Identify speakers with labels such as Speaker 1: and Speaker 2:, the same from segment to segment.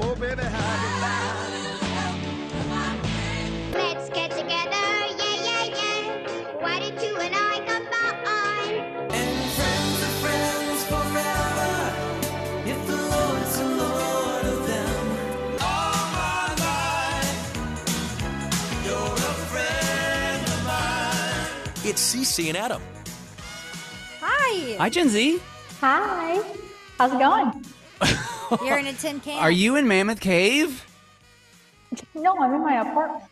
Speaker 1: Oh, baby, how you like?
Speaker 2: Let's get together, yeah, yeah, yeah. Why don't you and I combine?
Speaker 3: And friends are friends forever. If the Lord's the Lord of them, all my life, you're a friend of mine.
Speaker 4: It's Cece and Adam.
Speaker 5: Hi.
Speaker 6: Hi, Gen Z.
Speaker 5: Hi.
Speaker 7: How's it going?
Speaker 5: You're in a tin can.
Speaker 6: Are you in Mammoth Cave?
Speaker 7: No, I'm in my apartment.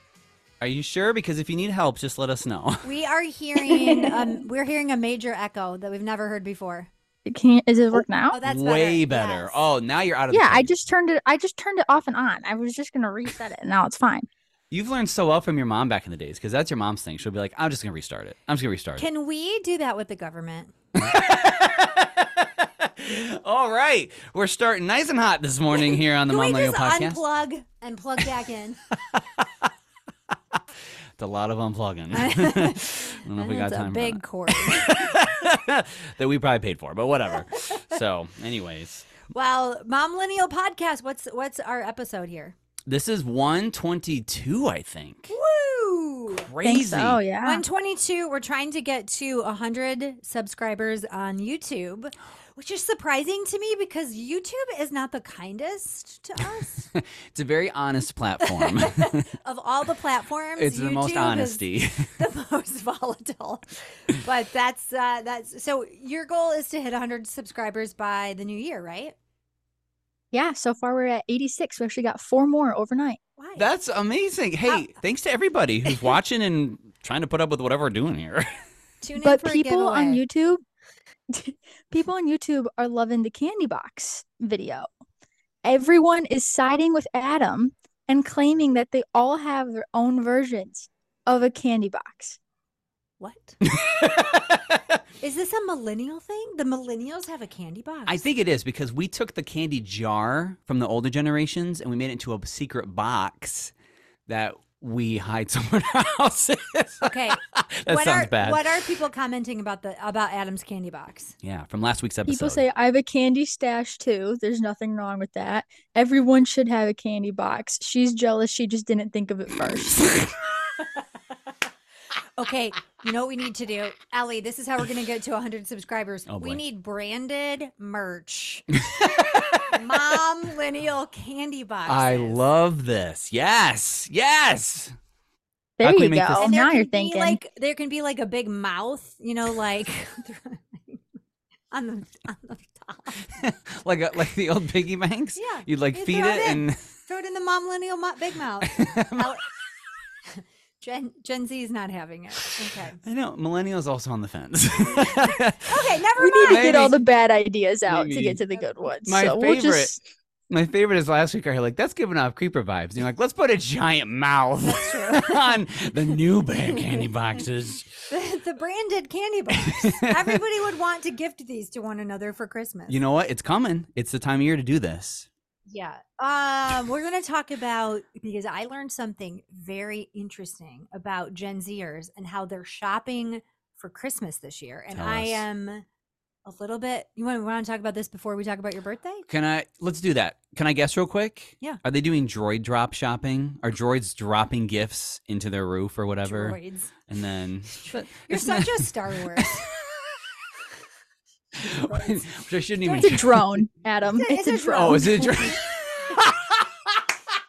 Speaker 6: Are you sure? Because if you need help, just let us know.
Speaker 5: We are hearing um we're hearing a major echo that we've never heard before.
Speaker 7: Can you, is it work now?
Speaker 5: Oh, that's
Speaker 6: Way
Speaker 5: better.
Speaker 6: better.
Speaker 5: Yes.
Speaker 6: Oh, now you're out of.
Speaker 7: yeah,
Speaker 6: the
Speaker 7: I
Speaker 6: cave.
Speaker 7: just turned it. I just turned it off and on. I was just gonna reset it. and Now it's fine.
Speaker 6: You've learned so well from your mom back in the days because that's your mom's thing. She'll be like, "I'm just gonna restart it. I'm just gonna restart
Speaker 5: Can we do that with the government?
Speaker 6: it." All right, we're starting nice and hot this morning here on the
Speaker 5: Can
Speaker 6: Mom
Speaker 5: we
Speaker 6: Millennial
Speaker 5: just
Speaker 6: Podcast.
Speaker 5: unplug and plug back in?
Speaker 6: It's a lot of unplugging. I don't know if Oh, we got
Speaker 5: That's a
Speaker 6: time. for
Speaker 5: big cord.
Speaker 6: that. that we probably paid for, but whatever. so, anyways.
Speaker 5: well, Mom Lineal Podcast, what's what's our episode here?
Speaker 6: This is 122, I think.
Speaker 5: Woo!
Speaker 6: Crazy.
Speaker 7: Oh yeah.
Speaker 5: 122. We're trying to get to 100 subscribers on YouTube, which is surprising to me because YouTube is not the kindest to us.
Speaker 6: It's a very honest platform.
Speaker 5: of all the platforms,
Speaker 6: it's the most
Speaker 5: YouTube is
Speaker 6: honesty.
Speaker 5: the most volatile. But that's uh, that's so. Your goal is to hit 100 subscribers by the new year, right?
Speaker 7: Yeah. So far we're at 86. We actually got four more overnight.
Speaker 5: Why?
Speaker 6: That's amazing. Hey, thanks to everybody who's watching and trying to put up with whatever we're doing here.
Speaker 5: Tune in
Speaker 7: But
Speaker 5: for a
Speaker 7: people on
Speaker 5: giveaway.
Speaker 7: YouTube, people on YouTube are loving the candy box video. Everyone is siding with Adam and claiming that they all have their own versions of a candy box.
Speaker 5: What is this a millennial thing? The millennials have a candy box.
Speaker 6: I think it is because we took the candy jar from the older generations and we made it into a secret box that we hide somewhere in our houses.
Speaker 5: Okay.
Speaker 6: that
Speaker 5: what
Speaker 6: sounds
Speaker 5: are,
Speaker 6: bad.
Speaker 5: What are people commenting about the about Adam's candy box?
Speaker 6: yeah, from last week's episode.
Speaker 7: People say I have a candy stash too. There's nothing wrong with that. Everyone should have a candy box. She's jealous. She just didn't think of it first.
Speaker 5: Okay, you know what we need to do, Ellie. This is how we're gonna get to 100 subscribers.
Speaker 6: Oh,
Speaker 5: we
Speaker 6: boy.
Speaker 5: need branded merch, mom lineal candy box.
Speaker 6: I love this. Yes. Yes.
Speaker 7: there
Speaker 6: can we
Speaker 7: you
Speaker 6: make this-
Speaker 7: go.
Speaker 5: And there
Speaker 7: Oh, Now
Speaker 5: can
Speaker 7: you're
Speaker 5: be,
Speaker 7: thinking.
Speaker 5: like there can be like a big mouth, you know, like on the on the top.
Speaker 6: like a, like the old piggy banks.
Speaker 5: Yeah,
Speaker 6: You'd like
Speaker 5: you
Speaker 6: feed
Speaker 5: throw
Speaker 6: it,
Speaker 5: it in.
Speaker 6: and
Speaker 5: Throw it in the mom lineal mo- big mouth. Out- Gen Gen Z is not having it. Okay.
Speaker 6: I know millennials also on the fence.
Speaker 5: Okay, never
Speaker 7: we need to
Speaker 5: mind.
Speaker 7: get all the bad ideas out to
Speaker 6: Maybe.
Speaker 7: get to the good ones.
Speaker 6: My
Speaker 7: so
Speaker 6: favorite-
Speaker 7: we'll just
Speaker 6: My favorite is last week. I heard like that's giving off creeper vibes. And you're like, let's put a giant mouth
Speaker 5: That's
Speaker 6: on the new bag candy boxes.
Speaker 5: the, the branded candy bars. Everybody would want to gift these to one another for Christmas.
Speaker 6: You know what? It's coming. It's the time of year to do this.
Speaker 5: Yeah. Um, we're going to talk about because I learned something very interesting about Gen Zers and how they're shopping for Christmas this year. And
Speaker 6: Tell
Speaker 5: I
Speaker 6: us.
Speaker 5: am a little bit. You want, want to talk about this before we talk about your birthday?
Speaker 6: Can I? Let's do that. Can I guess real quick?
Speaker 5: Yeah.
Speaker 6: Are they doing droid drop shopping? Are droids dropping gifts into their roof or whatever?
Speaker 5: Droids.
Speaker 6: And then
Speaker 5: You're
Speaker 6: Isn't
Speaker 5: such a Star Wars.
Speaker 6: that- which I shouldn't even.
Speaker 7: it's a drone, Adam.
Speaker 5: It's a-
Speaker 7: It's,
Speaker 5: it's
Speaker 7: a
Speaker 5: a
Speaker 7: drone.
Speaker 6: oh, is it a droid?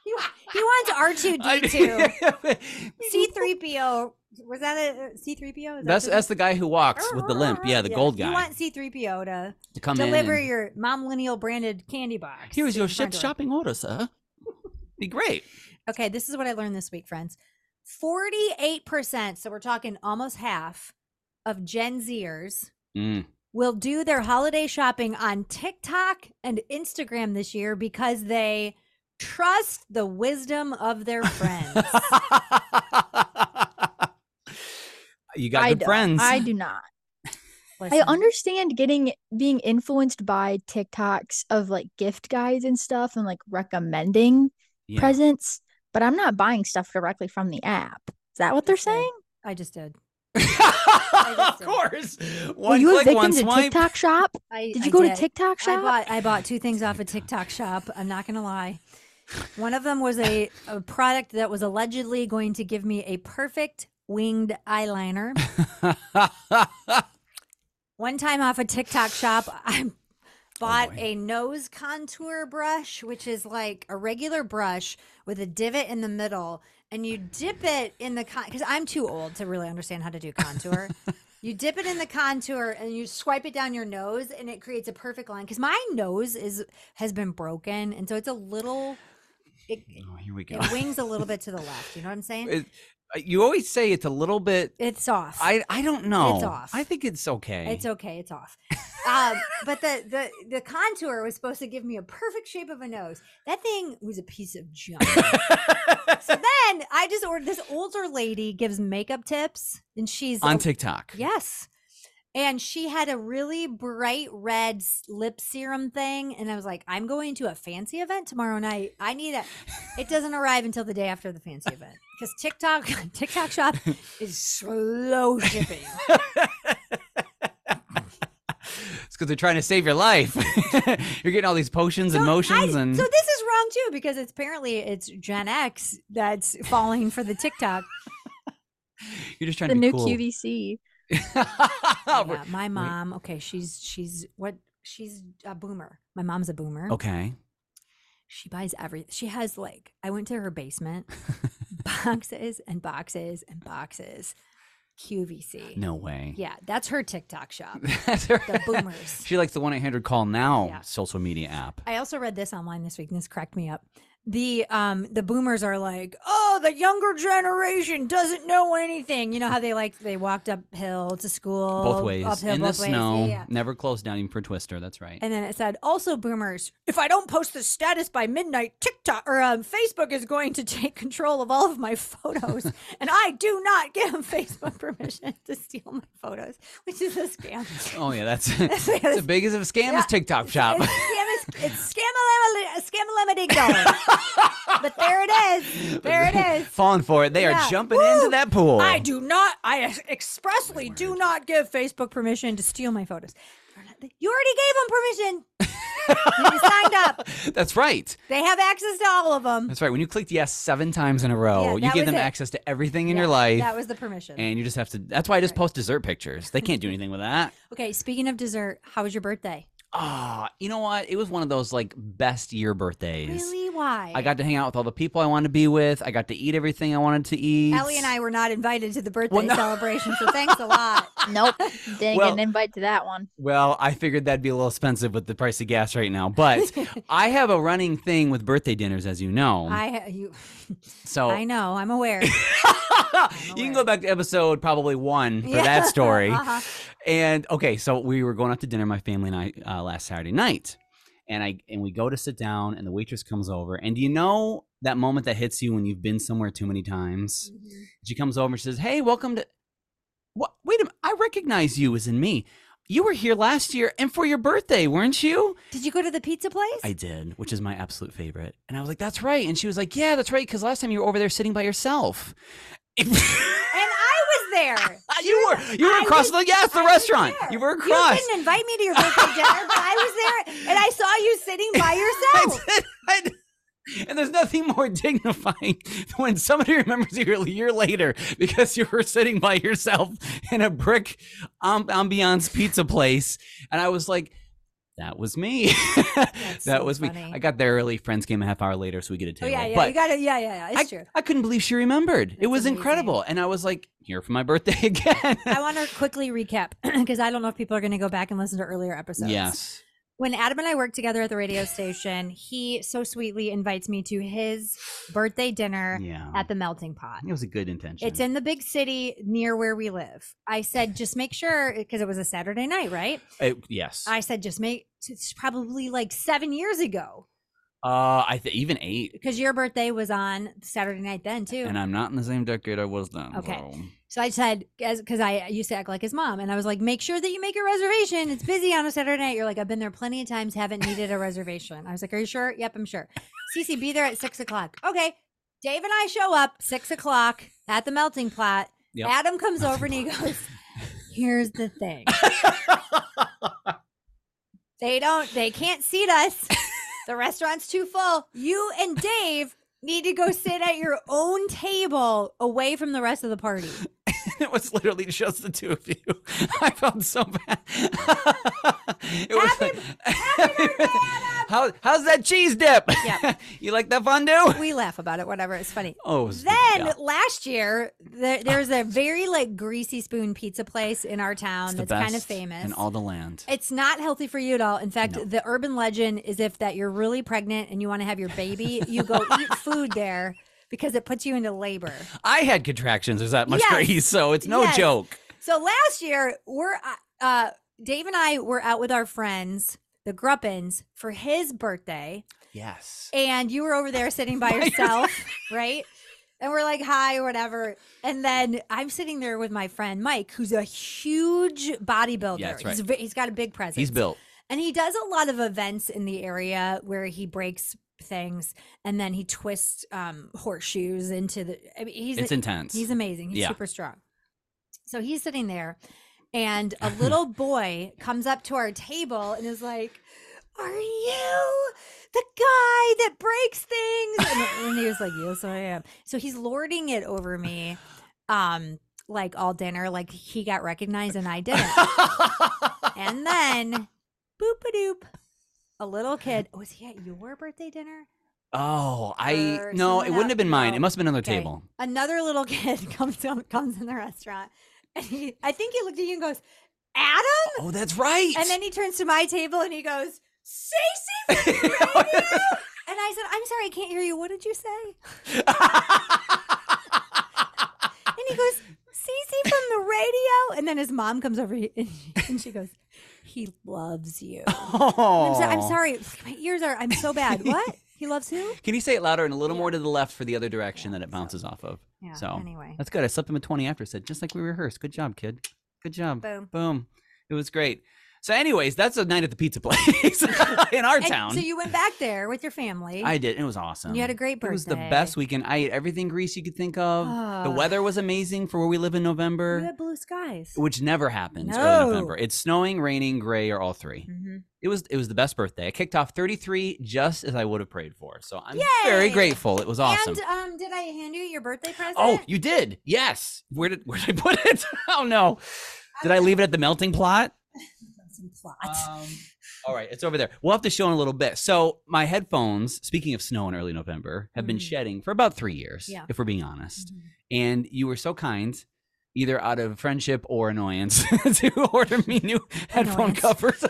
Speaker 5: He, wa- he wants
Speaker 6: I-
Speaker 5: R2D2. C3PO. Was that a C3PO? Is
Speaker 6: that's
Speaker 5: that
Speaker 6: that's the guy who walks with the limp. Yeah, the gold guy
Speaker 5: Uh-huh. You want C3PO to
Speaker 6: to come in.
Speaker 5: deliver
Speaker 6: and-
Speaker 5: your mom millennial branded candy box.
Speaker 6: Here is
Speaker 5: to
Speaker 6: your
Speaker 5: front
Speaker 6: ship's
Speaker 5: door.
Speaker 6: shopping order, sir. Be great.
Speaker 5: Okay, this is what I learned this week, friends. 48%, so we're talking almost half of Gen Zers
Speaker 6: Mm.
Speaker 5: will do their holiday shopping on TikTok and Instagram this year because they trust the wisdom of their friends.
Speaker 6: you got
Speaker 7: I
Speaker 6: good
Speaker 7: don't.
Speaker 6: friends.
Speaker 7: I do not. I
Speaker 5: Listen,
Speaker 7: understand getting being influenced by TikToks of like gift guides and stuff and like recommending
Speaker 6: Yeah.
Speaker 7: presents, but I'm not buying stuff directly from the app. Is that what they're
Speaker 5: Interesting.
Speaker 7: saying?
Speaker 5: I just did.
Speaker 6: of
Speaker 5: did.
Speaker 6: course.
Speaker 7: Were
Speaker 6: One
Speaker 7: you a
Speaker 6: click, one
Speaker 7: victim to
Speaker 6: swipe.
Speaker 7: TikTok shop?
Speaker 5: I,
Speaker 7: Did you
Speaker 5: I
Speaker 7: go to TikTok
Speaker 5: I
Speaker 7: shop?
Speaker 5: bought I bought two things off a TikTok shop. I'm not gonna lie. One of them was a, a product that was allegedly going to give me a perfect winged eyeliner. One time off a TikTok shop, I bought
Speaker 6: Oh, boy.
Speaker 5: a nose contour brush, which is like a regular brush with a divot in the middle, and you dip it in the con because I'm too old to really understand how to do contour. you dip it in the contour and you swipe it down your nose, and it creates a perfect line. Because my nose is has been broken, and so it's a little it,
Speaker 6: oh, here we go.
Speaker 5: it wings a little bit to the left. You know what I'm saying?
Speaker 6: It- Uh, you always say it's a little bit.
Speaker 5: it's off.
Speaker 6: I I don't know.
Speaker 5: off.
Speaker 6: I think it's okay.
Speaker 5: It's okay. It's off. um, but the, the the contour was supposed to give me a perfect shape of a nose. That thing was a piece of junk. so then I just ordered this older lady gives makeup tips, and she's
Speaker 6: on
Speaker 5: a-
Speaker 6: TikTok.
Speaker 5: yes, and she had a really bright red s- lip serum thing, and I was like, I'm going to a fancy event tomorrow night. I need it. It doesn't arrive until the day after the fancy event because TikTok TikTok shop is slow shipping.
Speaker 6: It's because they're trying to save your life. You're getting all these potions and
Speaker 5: So I-
Speaker 6: motions and
Speaker 5: So this is wrong too because it's apparently it's Gen X that's falling for the TikTok.
Speaker 6: you're just trying
Speaker 7: the
Speaker 6: to be
Speaker 7: new
Speaker 6: cool.
Speaker 7: QVC.
Speaker 6: Oh,
Speaker 5: Yeah, Uh, my mom, okay, she's she's what she's a boomer. My mom's a boomer.
Speaker 6: Okay.
Speaker 5: She buys every she has like I went to her basement, boxes and boxes and boxes. QVC.
Speaker 6: No way.
Speaker 5: Yeah, that's her TikTok shop.
Speaker 6: That's her.
Speaker 5: The boomers.
Speaker 6: She likes the one eight hundred call now
Speaker 5: Yeah.
Speaker 6: social media app.
Speaker 5: I also read this online this week, and this cracked me up. The um the boomers are like, oh, the younger generation doesn't know anything. You know how they like they walked uphill to school
Speaker 6: Both ways
Speaker 5: uphill,
Speaker 6: in the
Speaker 5: both ways. Yeah,
Speaker 6: snow,
Speaker 5: yeah.
Speaker 6: never closed down even for Twister. That's right.
Speaker 5: And then it said, also boomers, if I don't post this status by midnight, TikTok or um, Facebook is going to take control of all of my photos, and I do not give Facebook permission to steal my photos, which is a scam.
Speaker 6: oh yeah, that's
Speaker 5: That's like
Speaker 6: it's
Speaker 5: this-
Speaker 6: the biggest of scam
Speaker 5: Yeah.
Speaker 6: is TikTok Shop.
Speaker 5: It's scam, it's scam, ding dong. But there it is. There it is.
Speaker 6: Falling for it. They
Speaker 5: Yeah.
Speaker 6: are jumping
Speaker 5: Woo!
Speaker 6: into that pool.
Speaker 5: I do not. I ex- expressly do not give Facebook permission to steal my photos. They're not- they- You already gave them permission. you signed up.
Speaker 6: That's right.
Speaker 5: They have access to all of them.
Speaker 6: That's right. When you clicked yes seven times in a
Speaker 5: Yeah,
Speaker 6: row, you
Speaker 5: that
Speaker 6: give
Speaker 5: was
Speaker 6: them
Speaker 5: it.
Speaker 6: access to everything in
Speaker 5: Yeah,
Speaker 6: your life.
Speaker 5: That was the permission.
Speaker 6: and you just have to. That's why I just post dessert pictures. They can't do anything with that.
Speaker 5: okay. Speaking of dessert, how was your birthday?
Speaker 6: Ah, you know what? It was one of those like best year birthdays.
Speaker 5: Really? Why?
Speaker 6: I got to hang out with all the people I wanted to be with. I got to eat everything I wanted to eat.
Speaker 5: Ellie and I were not invited to the birthday
Speaker 6: no.
Speaker 5: celebration, so thanks a lot.
Speaker 7: Nope, didn't
Speaker 6: Well-
Speaker 7: get an invite to that one.
Speaker 6: Well, I figured that'd be a little expensive with the price of gas right now, but I have a running thing with birthday dinners, as you know.
Speaker 5: I you,
Speaker 6: so
Speaker 5: I know. I'm aware.
Speaker 6: you can go back to episode probably one for
Speaker 5: Yeah.
Speaker 6: that story.
Speaker 5: Uh-huh.
Speaker 6: And okay, so we were going out to dinner, my family and I, uh, last Saturday night, and I and we go to sit down, and the waitress comes over, and do you know that moment that hits you when you've been somewhere too many times?
Speaker 5: Mm-hmm.
Speaker 6: She comes over and she says, "Hey, welcome to." What? Wait a minute! I recognize you as in me. You were here last year and for your birthday, weren't you?
Speaker 5: Did you go to the pizza place?
Speaker 6: I did, which is my absolute favorite. And I was like, "That's right." And she was like, "Yeah, that's right," because last time you were over there sitting by yourself.
Speaker 5: and I was there.
Speaker 6: you were you were
Speaker 5: I was-
Speaker 6: across the yes the
Speaker 5: I was
Speaker 6: restaurant.
Speaker 5: there.
Speaker 6: You were across.
Speaker 5: You didn't invite me to your birthday dinner, but I was there and I saw you sitting by
Speaker 6: I
Speaker 5: yourself.
Speaker 6: did, I did. And there's nothing more dignifying than when somebody remembers you a year later because you were sitting by yourself in a brick um, ambiance pizza place. And I was like, that was me. that
Speaker 5: so
Speaker 6: was
Speaker 5: funny.
Speaker 6: me. I got there early. Friends came a half hour later, so we get a
Speaker 5: Oh
Speaker 6: table.
Speaker 5: yeah, yeah,
Speaker 6: But
Speaker 5: you gotta, yeah, yeah, yeah. It's
Speaker 6: I,
Speaker 5: true.
Speaker 6: I couldn't believe she remembered. it
Speaker 5: That's
Speaker 6: was
Speaker 5: amazing.
Speaker 6: incredible. And I was like, here for my birthday again.
Speaker 5: I want to quickly recap because I don't know if people are going to go back and listen to earlier episodes.
Speaker 6: yes.
Speaker 5: When Adam and I worked together at the radio station, he so sweetly invites me to his birthday dinner
Speaker 6: Yeah.
Speaker 5: at the Melting Pot.
Speaker 6: It was a good intention.
Speaker 5: It's in the big city near where we live. I said, just make sure, because it was a Saturday night, right?
Speaker 6: It- yes.
Speaker 5: I said, just make, it's probably like seven years ago.
Speaker 6: uh, I th- even eight.
Speaker 5: because your birthday was on Saturday night then too.
Speaker 6: And I'm not in the same decade I was then.
Speaker 5: Okay.
Speaker 6: so-
Speaker 5: so I said, because I used to act like his mom, and I was like, make sure that you make a reservation. It's busy on a Saturday night. You're like, I've been there plenty of times, haven't needed a reservation. I was like, are you sure? Yep, I'm sure. Cece, be there at six o'clock. Okay. Dave and I show up six o'clock at the melting pot.
Speaker 6: Yep.
Speaker 5: Adam comes over and he goes, here's the thing. They don't, they can't seat us. The restaurant's too full. You and Dave need to go sit at your own table away from the rest of the party.
Speaker 6: it was literally just the two of you. I felt so bad. it was like, How, how's that cheese dip?
Speaker 5: Yeah.
Speaker 6: you like that fondue?
Speaker 5: We laugh about it, whatever. It's funny.
Speaker 6: Oh, it was-
Speaker 5: Then um,
Speaker 6: yeah.
Speaker 5: last year, there, there's a very like greasy spoon pizza place in our town
Speaker 6: the
Speaker 5: that's kind of
Speaker 6: best
Speaker 5: famous.
Speaker 6: in all the land.
Speaker 5: It's not healthy for you at all. In fact,
Speaker 6: No.
Speaker 5: the urban legend is if that you're really pregnant and you want to have your baby, you go eat food there because it puts you into labor.
Speaker 6: I had contractions. There's that much
Speaker 5: Yes.
Speaker 6: grease, so it's no
Speaker 5: Yes.
Speaker 6: joke.
Speaker 5: So last year, we're uh, uh, Dave and I were out with our friends, the Gruppins, for his birthday,
Speaker 6: Yes.
Speaker 5: and you were over there sitting by yourself, right? And we're like, hi, or whatever. And then I'm sitting there with my friend Mike, who's a huge bodybuilder.
Speaker 6: Yeah, that's right.
Speaker 5: He's ve- he's got a big presence.
Speaker 6: He's built.
Speaker 5: And he does a lot of events in the area where he breaks things and then he twists um, horseshoes into the. I mean, he's
Speaker 6: It's
Speaker 5: a-
Speaker 6: intense.
Speaker 5: He's amazing. He's
Speaker 6: Yeah.
Speaker 5: super strong. So he's sitting there, and a little boy comes up to our table and is like, "Are you the guy that breaks things?" And, and he was like, "Yes, I am." So he's lording it over me, um, like all dinner. Like he got recognized and I didn't. and then, boop a doop, a little kid. Was he at your birthday dinner?
Speaker 6: oh, I
Speaker 5: Or
Speaker 6: no,
Speaker 5: someone
Speaker 6: it wouldn't
Speaker 5: else-
Speaker 6: have been mine.
Speaker 5: no.
Speaker 6: It must have been another
Speaker 5: Okay.
Speaker 6: table.
Speaker 5: Another little kid comes up, comes in the restaurant, and he, I think he looked at you and goes, "Adam,"
Speaker 6: Oh, that's right.
Speaker 5: and then he turns to my table and he goes, "Stacy." from the
Speaker 6: Oh,
Speaker 5: radio?" and I said, "I'm sorry, I can't hear you. What did you say?" And he goes, "Cece from the radio." And then his mom comes over and she, and she goes, "He loves you." I'm, so- I'm
Speaker 6: Aw.
Speaker 5: sorry, my ears are. I'm so bad. What? He loves who?
Speaker 6: Oh. Can you say it louder and a little more to the left for the other direction that it bounces off of?
Speaker 5: Yeah.
Speaker 6: So
Speaker 5: anyway,
Speaker 6: that's good. I slipped him a 20 after said, just like we rehearsed. Good job, kid. Good job.
Speaker 5: boom.
Speaker 6: Boom. It was great. So, anyways, that's a night at the pizza place in our
Speaker 5: And
Speaker 6: town.
Speaker 5: so you went back there with your family.
Speaker 6: I did. It was awesome.
Speaker 5: You had a great
Speaker 6: It was the
Speaker 5: birthday.
Speaker 6: best weekend. I ate everything grease you could think of. the
Speaker 5: Ah.
Speaker 6: weather was amazing for where we live in
Speaker 5: You
Speaker 6: November,
Speaker 5: had blue skies.
Speaker 6: which never happens early
Speaker 5: No.
Speaker 6: November. It's snowing, raining, gray, or all three.
Speaker 5: Mhm.
Speaker 6: It was it was the best birthday. I kicked off 33 just as I would have prayed for. So I'm very
Speaker 5: Yay!
Speaker 6: grateful. It was awesome.
Speaker 5: And um, did I hand you your birthday present?
Speaker 6: oh, you did. Yes. Where did where did I put it? oh no. Did I leave it at the melting pot?
Speaker 5: Some plot.
Speaker 6: Um, all right, it's over there. We'll have to show in a little bit. So my headphones, speaking of snow in early November, have been
Speaker 5: Mm.
Speaker 6: shedding for about three years,
Speaker 5: Yeah.
Speaker 6: if we're being honest.
Speaker 5: Mhm.
Speaker 6: And you were so kind, either out of friendship or annoyance, to order me new headphone
Speaker 5: Annoyance.
Speaker 6: covers.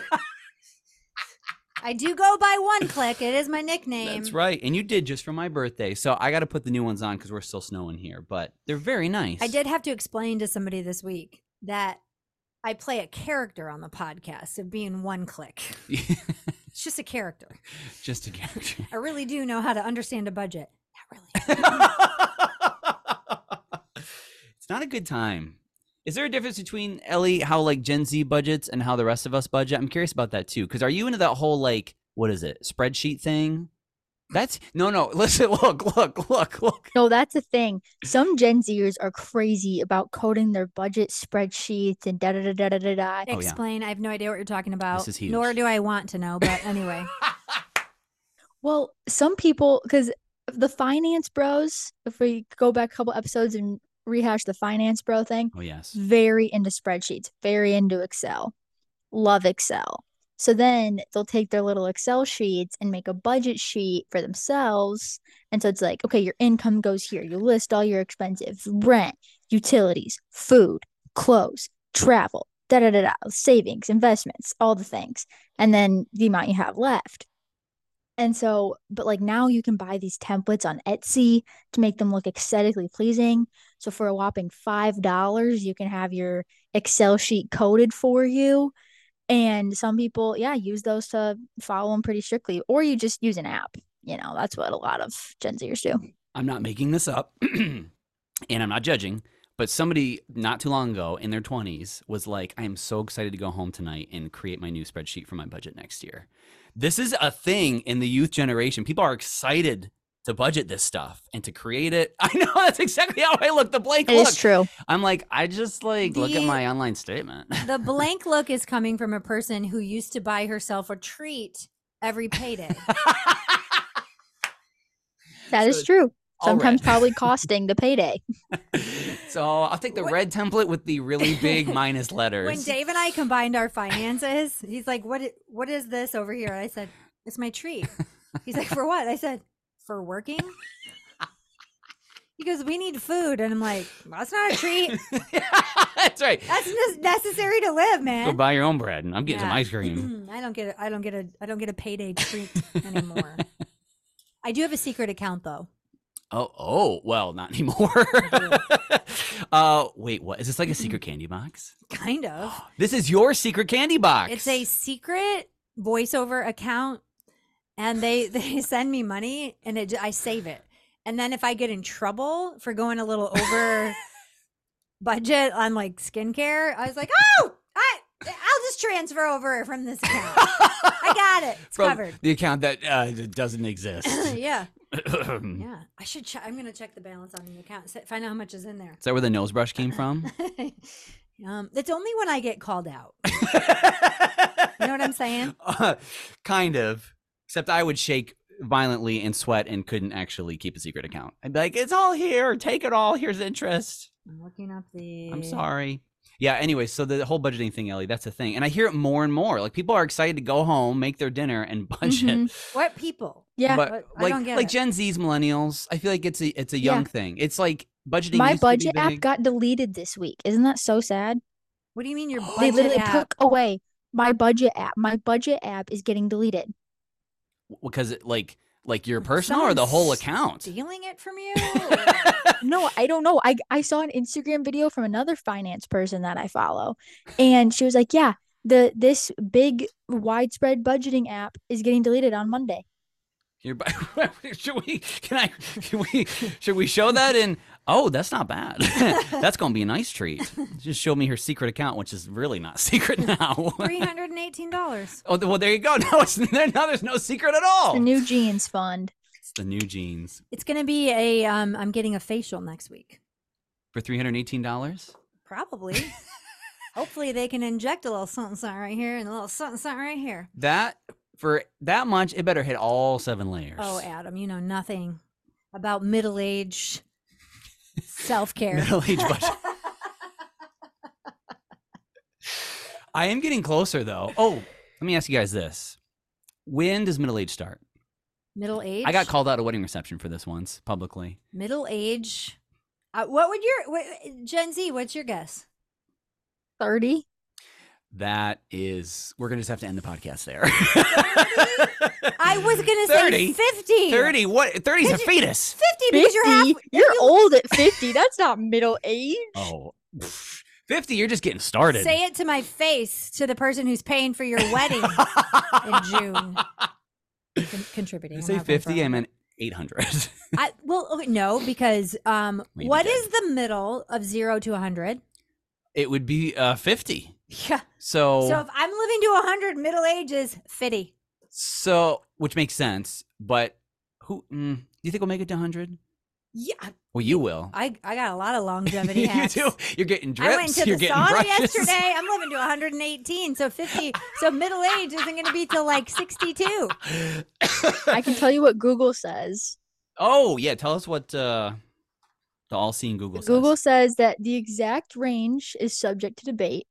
Speaker 5: I do go by one click. It is my nickname.
Speaker 6: That's right. And you did just for my birthday. So I got to put the new ones on because we're still snowing here, but they're very nice.
Speaker 5: I did have to explain to somebody this week that I play a character on the podcast of being one click. It's just a character.
Speaker 6: just a character.
Speaker 5: I really do know how to understand a budget. Not
Speaker 6: Oh,
Speaker 5: really.
Speaker 6: it's not a good time. Is there a difference between Ellie how like Gen Z budgets and how the rest of us budget? I'm curious about that too. Because are you into that whole like what is it spreadsheet thing? That's no, no. Listen, look, look, look, look.
Speaker 7: No, that's a thing. Some Gen Zers are crazy about coding their budget spreadsheets and da da da da da da da.
Speaker 6: yeah.
Speaker 5: Explain. I have no idea what you're talking about.
Speaker 6: is
Speaker 5: Nor
Speaker 6: huge.
Speaker 5: do I want to know. But anyway,
Speaker 7: Well, some people, because the finance bros, if we go back a couple episodes and rehash the finance bro thing,
Speaker 6: Oh yes.
Speaker 7: very into spreadsheets, very into Excel, love Excel. So then they'll take their little Excel sheets and make a budget sheet for themselves. And so it's like, okay, your income goes here. You list all your expenses, rent, utilities, food, clothes, travel, da da da da, savings, investments, all the things, and then the amount you have left. And so, but like now you can buy these templates on Etsy to make them look aesthetically pleasing. So for a whopping $5, you can have your Excel sheet coded for you. And some people, yeah, use those to follow them pretty strictly, or you just use an app. You know, that's what a lot of Gen Zers do.
Speaker 6: I'm not making this up, and I'm not judging. But somebody not too long ago in their 20s was like, I am so excited to go home tonight and create my new spreadsheet for my budget next year. This is a thing in the youth generation. People are excited to budget this stuff and to create it. I know that's exactly how I look. The blank
Speaker 7: It is
Speaker 6: look.
Speaker 7: true.
Speaker 6: I'm like, I just like look at
Speaker 5: The-
Speaker 6: my online statement.
Speaker 5: the blank look is coming from a person who used to buy herself a treat every payday.
Speaker 7: That
Speaker 6: So
Speaker 7: is
Speaker 6: it's
Speaker 7: true.
Speaker 6: all red.
Speaker 7: Sometimes probably costing the payday.
Speaker 6: so I'll take the
Speaker 5: What-
Speaker 6: red template with the really big minus letters.
Speaker 5: when Dave and I combined our finances, he's like, "What? i- What is this over here?" And I said, "It's my tree." He's like, "For what?" I said, "For working." He goes, "We need food," and I'm like, "That's not a treat.
Speaker 6: That's right.
Speaker 5: That's just necessary to live,
Speaker 6: Go
Speaker 5: man."
Speaker 6: buy your own bread. and I'm getting some
Speaker 5: Yeah. Mm-hmm.
Speaker 6: ice cream.
Speaker 5: I don't get. A, I don't get a. I don't get a payday treat anymore. I do have a secret account though.
Speaker 6: Oh, oh, well, not anymore. uh, wait, what is this like a secret
Speaker 5: Mm-hmm.
Speaker 6: candy box?
Speaker 5: Kind of.
Speaker 6: This is your secret candy box.
Speaker 5: It's a secret voiceover account, and they they send me money, and it, I save it. And then if I get in trouble for going a little over budget on like skincare, I was like, oh, I I'll just transfer over from this account. I got it. It's
Speaker 6: From
Speaker 5: covered.
Speaker 6: the account that uh, that doesn't exist. Is
Speaker 5: yeah,
Speaker 6: Mm-hmm.
Speaker 5: yeah. I should. Ch- I'm gonna check the balance on the account. s- Find out how much is in there.
Speaker 6: that where the nose brush came from?
Speaker 5: um, it's only when I get called out. You know what I'm saying?
Speaker 6: Uh, kind of. Except I would shake violently and sweat and couldn't actually keep a secret account. I'd be like, it's all here. Take it all. Here's interest.
Speaker 5: I'm looking up the.
Speaker 6: I'm sorry. Yeah, anyway, so the whole budgeting thing, Ellie, that's a thing. And I hear it more and more. Like people are excited to go home, make their dinner and budget.
Speaker 5: What people?
Speaker 7: Yeah.
Speaker 6: But
Speaker 5: But I
Speaker 6: like
Speaker 5: don't get
Speaker 6: like
Speaker 5: it.
Speaker 6: Gen Z's millennials, I feel like it's a it's a
Speaker 7: Yeah.
Speaker 6: young thing. It's like budgeting
Speaker 7: My
Speaker 6: used to be
Speaker 7: budget app
Speaker 6: big.
Speaker 7: got deleted this week. Isn't that so sad?
Speaker 5: What do you mean your budget
Speaker 7: They literally
Speaker 5: app?
Speaker 7: took away my budget app. My budget app is getting deleted.
Speaker 6: because it, like like your personal or
Speaker 5: Someone's
Speaker 6: the whole account.
Speaker 5: stealing it from you?
Speaker 7: No, I don't know. I I saw an Instagram video from another finance person that I follow, and she was like, "Yeah, the this big widespread budgeting app is getting deleted on Monday."
Speaker 6: Your bu- should we can I can we should we show that in oh that's not bad. that's gonna be a nice treat. Just show me her secret account, which is really not secret now.
Speaker 5: Three hundred and eighteen dollars.
Speaker 6: oh well there you go. Now it's now there's no secret at all.
Speaker 7: The new jeans fund.
Speaker 6: It's the new jeans
Speaker 5: It's gonna be a. Um, I'm getting a facial next week.
Speaker 6: for three hundred eighteen dollars.
Speaker 5: Probably. Hopefully they can inject a little something something right here and a little something something right here.
Speaker 6: That for that much, it better hit all seven layers.
Speaker 5: Oh, Adam, you know nothing about middle age self care.
Speaker 6: middle age budget. I am getting closer though. Oh, let me ask you guys this: When does middle age start?
Speaker 5: Middle age.
Speaker 6: I got called out at a wedding reception for this once publicly.
Speaker 5: Middle age. Uh, what would your what, uh, Gen Z? What's your guess?
Speaker 7: 30
Speaker 6: That is, we're gonna just have to end the podcast there.
Speaker 5: I was gonna say
Speaker 6: 30?
Speaker 5: fifty.
Speaker 6: Thirty? What? Thirty's a
Speaker 5: Did you-
Speaker 6: fetus.
Speaker 5: 50 because you're half.
Speaker 7: 50? You're old at 50. That's not middle age.
Speaker 6: Oh. pff, 50, you're just getting started.
Speaker 5: Say it to my face to the person who's paying for your wedding in June. Con- contributing.
Speaker 6: I
Speaker 5: I'm
Speaker 6: say
Speaker 5: not going for
Speaker 6: 50, I
Speaker 5: it.
Speaker 6: meant 800.
Speaker 5: I, well, okay, no, because um,
Speaker 6: Well, you'd be
Speaker 5: what
Speaker 6: dead.
Speaker 5: is the middle of zero to 100?
Speaker 6: it would be uh, 50.
Speaker 5: Yeah.
Speaker 6: So,
Speaker 5: So
Speaker 6: so,
Speaker 5: if I'm living to 100, middle age is 50.
Speaker 6: which makes sense, but who, mm, do you think we'll make it to 100?
Speaker 5: Yeah.
Speaker 6: Well, you will.
Speaker 5: I, I got a lot of longevity
Speaker 6: you
Speaker 5: hacks.
Speaker 6: do. You're getting
Speaker 5: I
Speaker 6: drips.
Speaker 5: went to
Speaker 6: you're
Speaker 5: the
Speaker 6: getting
Speaker 5: sauna
Speaker 6: brushes.
Speaker 5: yesterday. I'm living to 118, so 50. So middle age isn't going to be till like 62.
Speaker 7: I can tell you what Google says.
Speaker 6: Oh yeah, tell us what uh, the all-seeing Google.
Speaker 7: Google
Speaker 6: says.
Speaker 7: says that the exact range is subject to debate,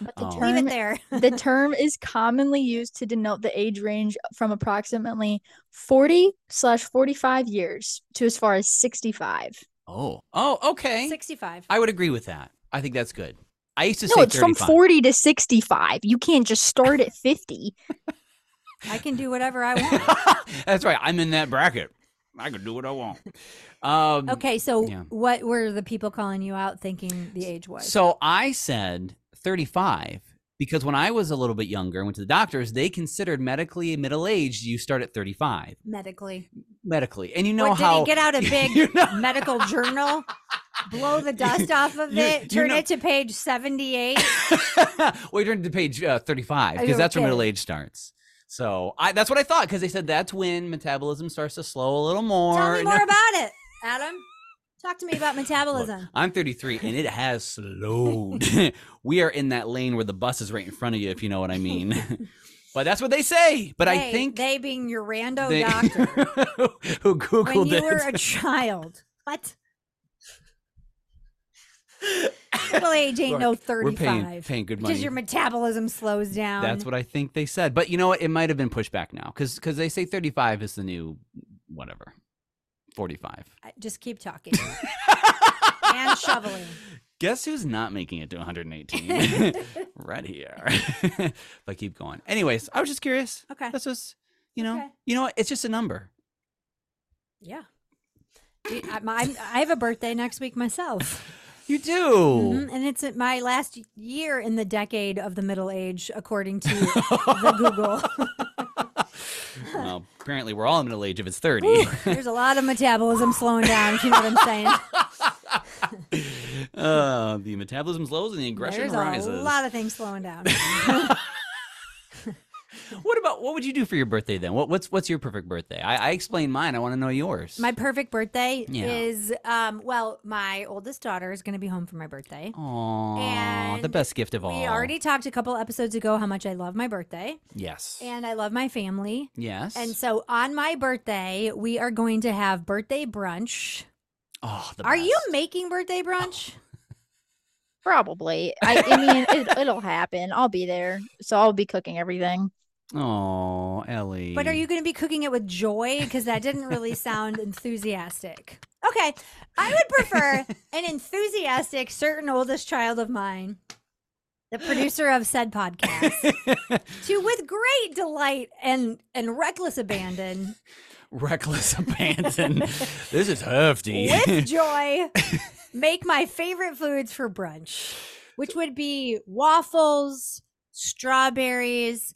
Speaker 7: but the
Speaker 6: Oh.
Speaker 5: Leave
Speaker 7: term
Speaker 5: it there.
Speaker 7: the term is commonly used to denote the age range from approximately 40 slash 45 years to as far as 65
Speaker 6: Oh, oh, okay.
Speaker 5: 65.
Speaker 6: I would agree with that. I think that's good. I used to
Speaker 7: no
Speaker 6: say
Speaker 7: it's from
Speaker 6: 35.
Speaker 7: 40 to 65 you can't just start at 50
Speaker 5: I can do whatever I want.
Speaker 6: that's right. I'm in that bracket. I can do what I want. Um,
Speaker 5: Okay, so
Speaker 6: Yeah.
Speaker 5: what were the people calling you out thinking the age was?
Speaker 6: So I said 35 because when I was a little bit younger, and went to the doctors. They considered medically middle aged. You start at 35
Speaker 5: medically.
Speaker 6: medically, and you know
Speaker 5: what,
Speaker 6: how
Speaker 5: did he get out a
Speaker 6: you
Speaker 5: big
Speaker 6: know-
Speaker 5: medical journal? Blow the dust off of
Speaker 6: You- you
Speaker 5: it. Turn
Speaker 6: know-
Speaker 5: it to page seventy-eight.
Speaker 6: well, you turned to page uh, 35
Speaker 5: I
Speaker 6: because
Speaker 5: know,
Speaker 6: that's where
Speaker 5: okay.
Speaker 6: middle age starts. So I, that's what I thought because they said that's when metabolism starts to slow a little more.
Speaker 5: Tell me
Speaker 6: And-
Speaker 5: more about it, Adam. Talk to me about
Speaker 6: Look,
Speaker 5: metabolism.
Speaker 6: I'm 33 and it has slowed. we are in that lane where the bus is right in front of you, if you know what I mean. But that's what they say. But I
Speaker 5: They-
Speaker 6: think
Speaker 5: they being your rando
Speaker 6: they-
Speaker 5: doctor
Speaker 6: who
Speaker 5: when
Speaker 6: googled
Speaker 5: you were
Speaker 6: it.
Speaker 5: a child. What? Middle age ain't
Speaker 6: Look,
Speaker 5: no
Speaker 6: We're
Speaker 5: thirty-five.
Speaker 6: paying, paying good money.
Speaker 5: Because your metabolism slows down.
Speaker 6: That's what I think they said. But you know what? It might have been pushed back now because they say 35 is the new whatever, 45.
Speaker 5: I- Just keep talking and shoveling.
Speaker 6: Guess who's not making it to 118? right here. but keep going. Anyways, I was just curious.
Speaker 5: Okay.
Speaker 6: That's just, you know,
Speaker 5: Okay.
Speaker 6: you know what? It's just a number.
Speaker 5: Yeah. Dude, I, my, I'm- I have a birthday next week myself,
Speaker 6: You do. Mm-hmm.
Speaker 5: Mhm, and it's at my last year in the decade of the middle age, according to the Google.
Speaker 6: well, apparently we're all in the middle age if it's 30.
Speaker 5: There's a lot of metabolism slowing down. If you know what I'm saying.
Speaker 6: uh, the metabolism slows and the aggression
Speaker 5: There's
Speaker 6: rises.
Speaker 5: a lot of things slowing down.
Speaker 6: What about what would you do for your birthday then? What, what's what's your perfect birthday? I, I explained mine. I want to know yours.
Speaker 5: My perfect birthday
Speaker 6: Yeah.
Speaker 5: is um, well, my oldest daughter is going to be home for my birthday.
Speaker 6: Aww, the
Speaker 5: and
Speaker 6: best gift of all.
Speaker 5: We already talked a couple episodes ago how much I love my birthday
Speaker 6: yes.
Speaker 5: and I love my family.
Speaker 6: yes.
Speaker 5: And so on my birthday, we are going to have birthday brunch.
Speaker 6: oh, the
Speaker 5: Are you
Speaker 6: best.
Speaker 5: making birthday brunch?
Speaker 7: Probably. I, I mean, it, it'll happen. I'll be there, so I'll be cooking everything.
Speaker 6: Oh, Ellie.
Speaker 5: But are you going to be cooking it with joy? Because that didn't really sound enthusiastic. Okay. I would prefer an enthusiastic, certain oldest child of mine, the producer of said podcast, to with great delight and, and reckless abandon,
Speaker 6: reckless abandon? this is hefty.
Speaker 5: with joy, make my favorite foods for brunch, which would be waffles, strawberries.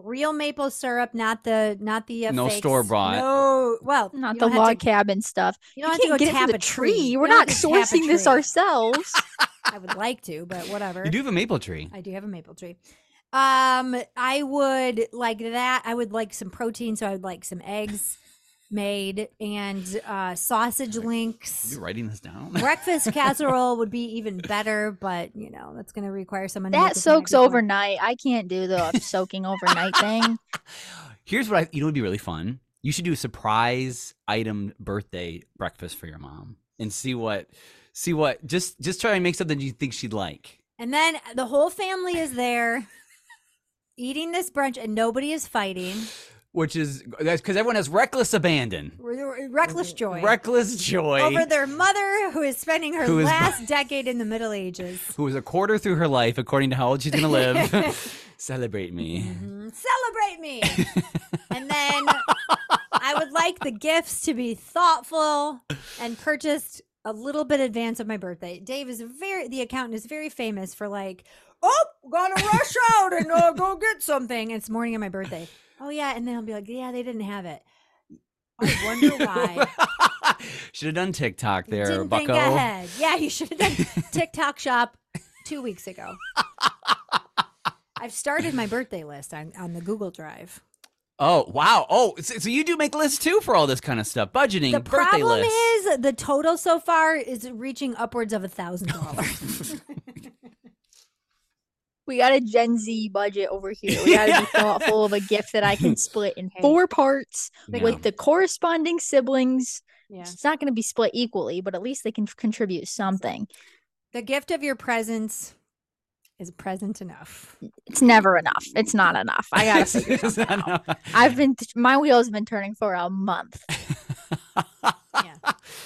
Speaker 5: Real maple syrup, not the not the uh,
Speaker 6: No
Speaker 5: fakes.
Speaker 6: store-bought.
Speaker 5: No, well,
Speaker 7: Not
Speaker 5: you
Speaker 7: the
Speaker 5: don't have to-
Speaker 7: log cabin stuff.
Speaker 5: You don't
Speaker 7: we
Speaker 5: have to go
Speaker 7: can't get it
Speaker 5: tap
Speaker 7: from
Speaker 5: a
Speaker 7: the tree.
Speaker 5: You
Speaker 7: We're
Speaker 5: don't
Speaker 7: not
Speaker 5: have to tap a
Speaker 7: sourcing this
Speaker 5: tree.
Speaker 7: ourselves.
Speaker 5: I would like to, but whatever.
Speaker 6: You do have a maple tree.
Speaker 5: I do have a maple tree. Um, I would like that. I would like some protein, so I would like some eggs made and uh, sausage links.
Speaker 6: you writing this down?
Speaker 5: Breakfast casserole would be even better, but you know that's going to require someone to make
Speaker 7: that
Speaker 5: it the night
Speaker 7: soaks
Speaker 5: before.
Speaker 7: overnight. I can't do the soaking overnight thing.
Speaker 6: Here's what I you know would be really fun. You should do a surprise item birthday breakfast for your mom and see what see what just just try and make something you think she'd like.
Speaker 5: And then the whole family is there eating this brunch, and nobody is fighting.
Speaker 6: Which is that's because everyone has reckless abandon.
Speaker 5: Re- Reckless joy.
Speaker 6: Reckless joy.
Speaker 5: over their mother who is spending her
Speaker 6: Who is-
Speaker 5: last decade in the middle ages
Speaker 6: who is a quarter through her life according to how old she's gonna live. Celebrate me.
Speaker 5: Mhm. celebrate me and then i would like the gifts to be thoughtful and purchased a little bit advance of my birthday dave is very the accountant is very famous for like oh gotta rush out and uh, go get something it's morning of my birthday oh yeah and then i'll be like yeah they didn't have it i wonder why
Speaker 6: Should have done TikTok there,
Speaker 5: Didn't
Speaker 6: Bucko.
Speaker 5: think ahead. Yeah, you should have done TikTok shop two weeks ago. I've started my birthday list on, on the Google Drive.
Speaker 6: Oh wow! Oh, so, so you do make lists too for all this kind of stuff, budgeting,
Speaker 5: The
Speaker 6: birthday
Speaker 5: problem
Speaker 6: lists.
Speaker 5: is the total so far is reaching upwards of a thousand dollars.
Speaker 7: We got a Gen Z budget over here. We got to be thoughtful of a gift that I can split in four parts
Speaker 6: Yeah.
Speaker 7: with the corresponding siblings.
Speaker 5: Yeah,
Speaker 7: It's not going to be split equally, but at least they can f- contribute something.
Speaker 5: the gift of your presence is present enough.
Speaker 7: It's never enough. It's not enough. I got to figure
Speaker 6: It's
Speaker 7: something out.
Speaker 6: not-
Speaker 7: I've been my wheels have been turning for a month.
Speaker 5: Yeah,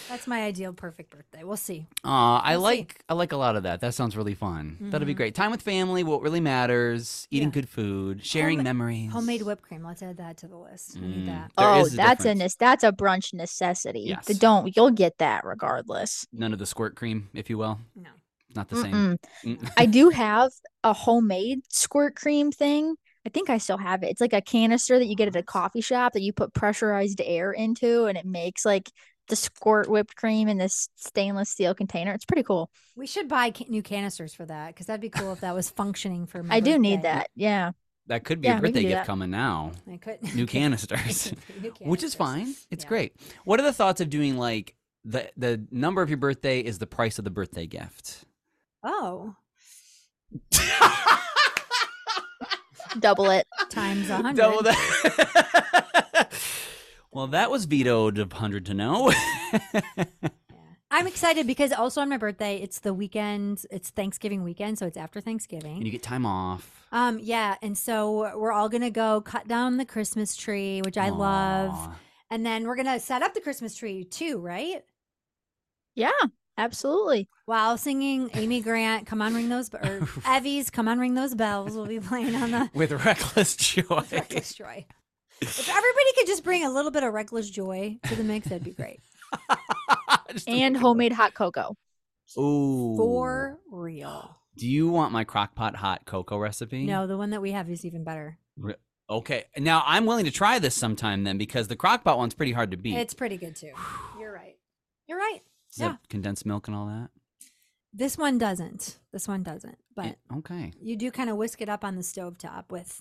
Speaker 5: that's my ideal perfect birthday. We'll see.
Speaker 6: Aw, I
Speaker 5: We'll see.
Speaker 6: like I like a lot of that. That sounds really fun. That'll be
Speaker 5: Mhm.
Speaker 6: great. Time with family, what really matters, eating
Speaker 5: Yeah.
Speaker 6: good food, sharing
Speaker 5: Home-
Speaker 6: memories.
Speaker 5: Homemade whipped cream. Let's add that to the list. We
Speaker 6: Mm.
Speaker 5: need that.
Speaker 6: There
Speaker 7: oh,
Speaker 6: is a
Speaker 7: that's a
Speaker 6: difference.
Speaker 7: nes- that's a brunch necessity.
Speaker 6: Yes.
Speaker 7: The don't you'll get that regardless.
Speaker 6: None of the squirt cream, if you will.
Speaker 5: No.
Speaker 6: Not the
Speaker 7: Mm-mm.
Speaker 6: same. Mm.
Speaker 7: I do have a homemade squirt cream thing. I think I still have it. It's like a canister that you get at a
Speaker 6: What?
Speaker 7: coffee shop that you put pressurized air into, and it makes like the squirt whipped cream in this stainless steel container. It's pretty cool.
Speaker 5: We should buy ca- new canisters for that because that'd be cool if that was functioning for my
Speaker 7: I do need
Speaker 5: birthday.
Speaker 7: that. Yeah.
Speaker 6: That could be
Speaker 7: Yeah,
Speaker 6: a
Speaker 7: we can
Speaker 6: birthday
Speaker 7: do
Speaker 6: gift
Speaker 7: that.
Speaker 6: coming now.
Speaker 5: I could
Speaker 6: New canisters. Which is fine. It's great. What are the thoughts of doing like the the number of your birthday is the price of the birthday gift?
Speaker 5: Oh.
Speaker 7: Double it.
Speaker 5: times a hundred.
Speaker 6: Double that. well, that was vetoed of 100 to no.
Speaker 5: I'm excited because also on my birthday, it's the weekend. It's Thanksgiving weekend, so it's after
Speaker 6: and
Speaker 5: Thanksgiving.
Speaker 6: you get time off.
Speaker 5: Um, yeah, and so we're all gonna go cut down the Christmas tree, which I love,
Speaker 6: Aw.
Speaker 5: and then we're gonna set up the Christmas tree too, right?
Speaker 7: Yeah, absolutely.
Speaker 5: While singing Amy Grant, "Come on, ring those," Be- or Evie's "Come on, ring those bells," will be playing on the
Speaker 6: With reckless joy.
Speaker 5: Reckless Joy. If everybody could just bring a little bit of Reckless Joy to the mix, that'd be great.
Speaker 6: Just a
Speaker 7: And
Speaker 6: little-
Speaker 7: homemade hot cocoa.
Speaker 6: Ooh.
Speaker 5: For real.
Speaker 6: Do you want my crock pot hot cocoa recipe?
Speaker 5: No, the one that we have is even better.
Speaker 6: Re- Okay. Now I'm willing to try this sometime then because the crock pot one's pretty hard to beat.
Speaker 5: It's pretty good too. You're right. You're right.
Speaker 6: Does that
Speaker 5: yeah.
Speaker 6: condensed milk and all that.
Speaker 5: This one doesn't. This one doesn't. But
Speaker 6: It- okay.
Speaker 5: you do kind of whisk it up on the stove top with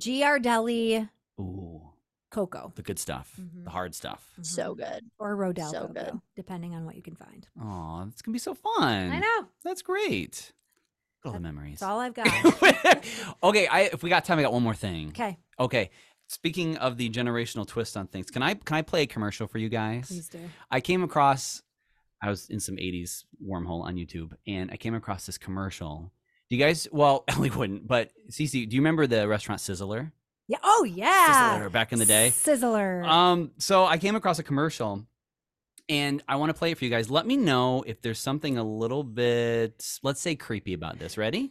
Speaker 5: Giardelli
Speaker 6: Ooh,
Speaker 5: cocoa
Speaker 6: the good stuff,
Speaker 5: Mhm.
Speaker 6: the hard stuff.
Speaker 7: So good.
Speaker 5: or Rodel
Speaker 7: So
Speaker 5: cocoa,
Speaker 7: good.
Speaker 5: depending on what you can find.
Speaker 6: Oh, that's gonna be so fun.
Speaker 5: Mm-hmm. I know.
Speaker 6: That's great. Look at all the memories.
Speaker 5: That's all I've got.
Speaker 6: okay. I if we got time, I got one more thing.
Speaker 5: okay.
Speaker 6: Okay. Speaking of the generational twist on things, can I can I play a commercial for you guys?
Speaker 5: Please do.
Speaker 6: I came across I was in some 80s wormhole on YouTube and I came across this commercial. Do you guys well, Ellie wouldn't, but Cece, do you remember the restaurant Sizzler?
Speaker 5: Yeah. Oh yeah.
Speaker 6: Sizzler back in the day.
Speaker 5: Sizzler.
Speaker 6: Um so I came across a commercial and I want to play it for you guys. Let me know if there's something a little bit let's say creepy about this. Ready?
Speaker 4: Where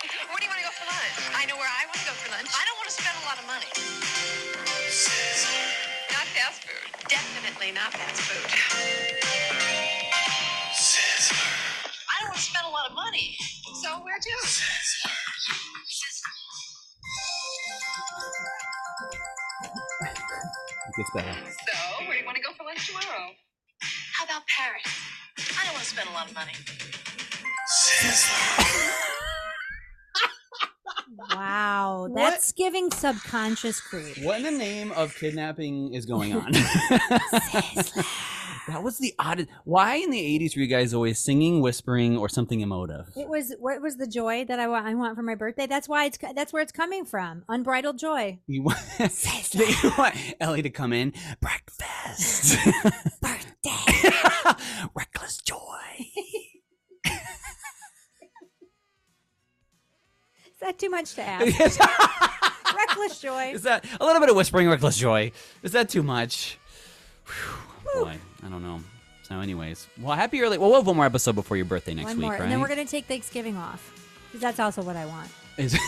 Speaker 4: do you want to go for lunch? I know where I want to go for lunch. I don't want to spend a lot of money. Not fast food. Definitely not fast food. I don't want to spend a lot of money. So where to?
Speaker 6: It gets better.
Speaker 4: So where do you want to go for lunch tomorrow? How about Paris? I don't want to spend a lot of money.
Speaker 5: wow.
Speaker 6: What?
Speaker 5: That's giving subconscious creep.
Speaker 6: What in the name of kidnapping is going on? that was the odd. Why in the 80s were you guys always singing, whispering, or something emotive?
Speaker 5: It was what was the joy that I want I want for my birthday. That's why it's co- that's where it's coming from. Unbridled joy.
Speaker 6: You want, you want Ellie to come in. Breakfast. Birthday. Reckless joy.
Speaker 5: Is that too much to ask?
Speaker 6: is
Speaker 5: Reckless joy.
Speaker 6: that a little bit of whispering, reckless joy? Is that too much? Whew, boy, I don't know. So, anyways, well, happy early. Well, we'll have one more episode before your birthday next
Speaker 5: One
Speaker 6: week,
Speaker 5: more.
Speaker 6: right?
Speaker 5: And then we're gonna take Thanksgiving off. Because that's also what I want.
Speaker 6: Is a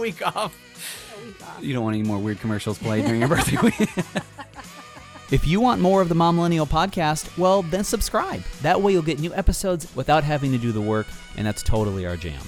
Speaker 6: week off.
Speaker 5: A week off.
Speaker 6: You don't want any more weird commercials played during your birthday week. if you want more of the Mom Millennial podcast, well, then subscribe. That way you'll get new episodes without having to do the work, and that's totally our jam.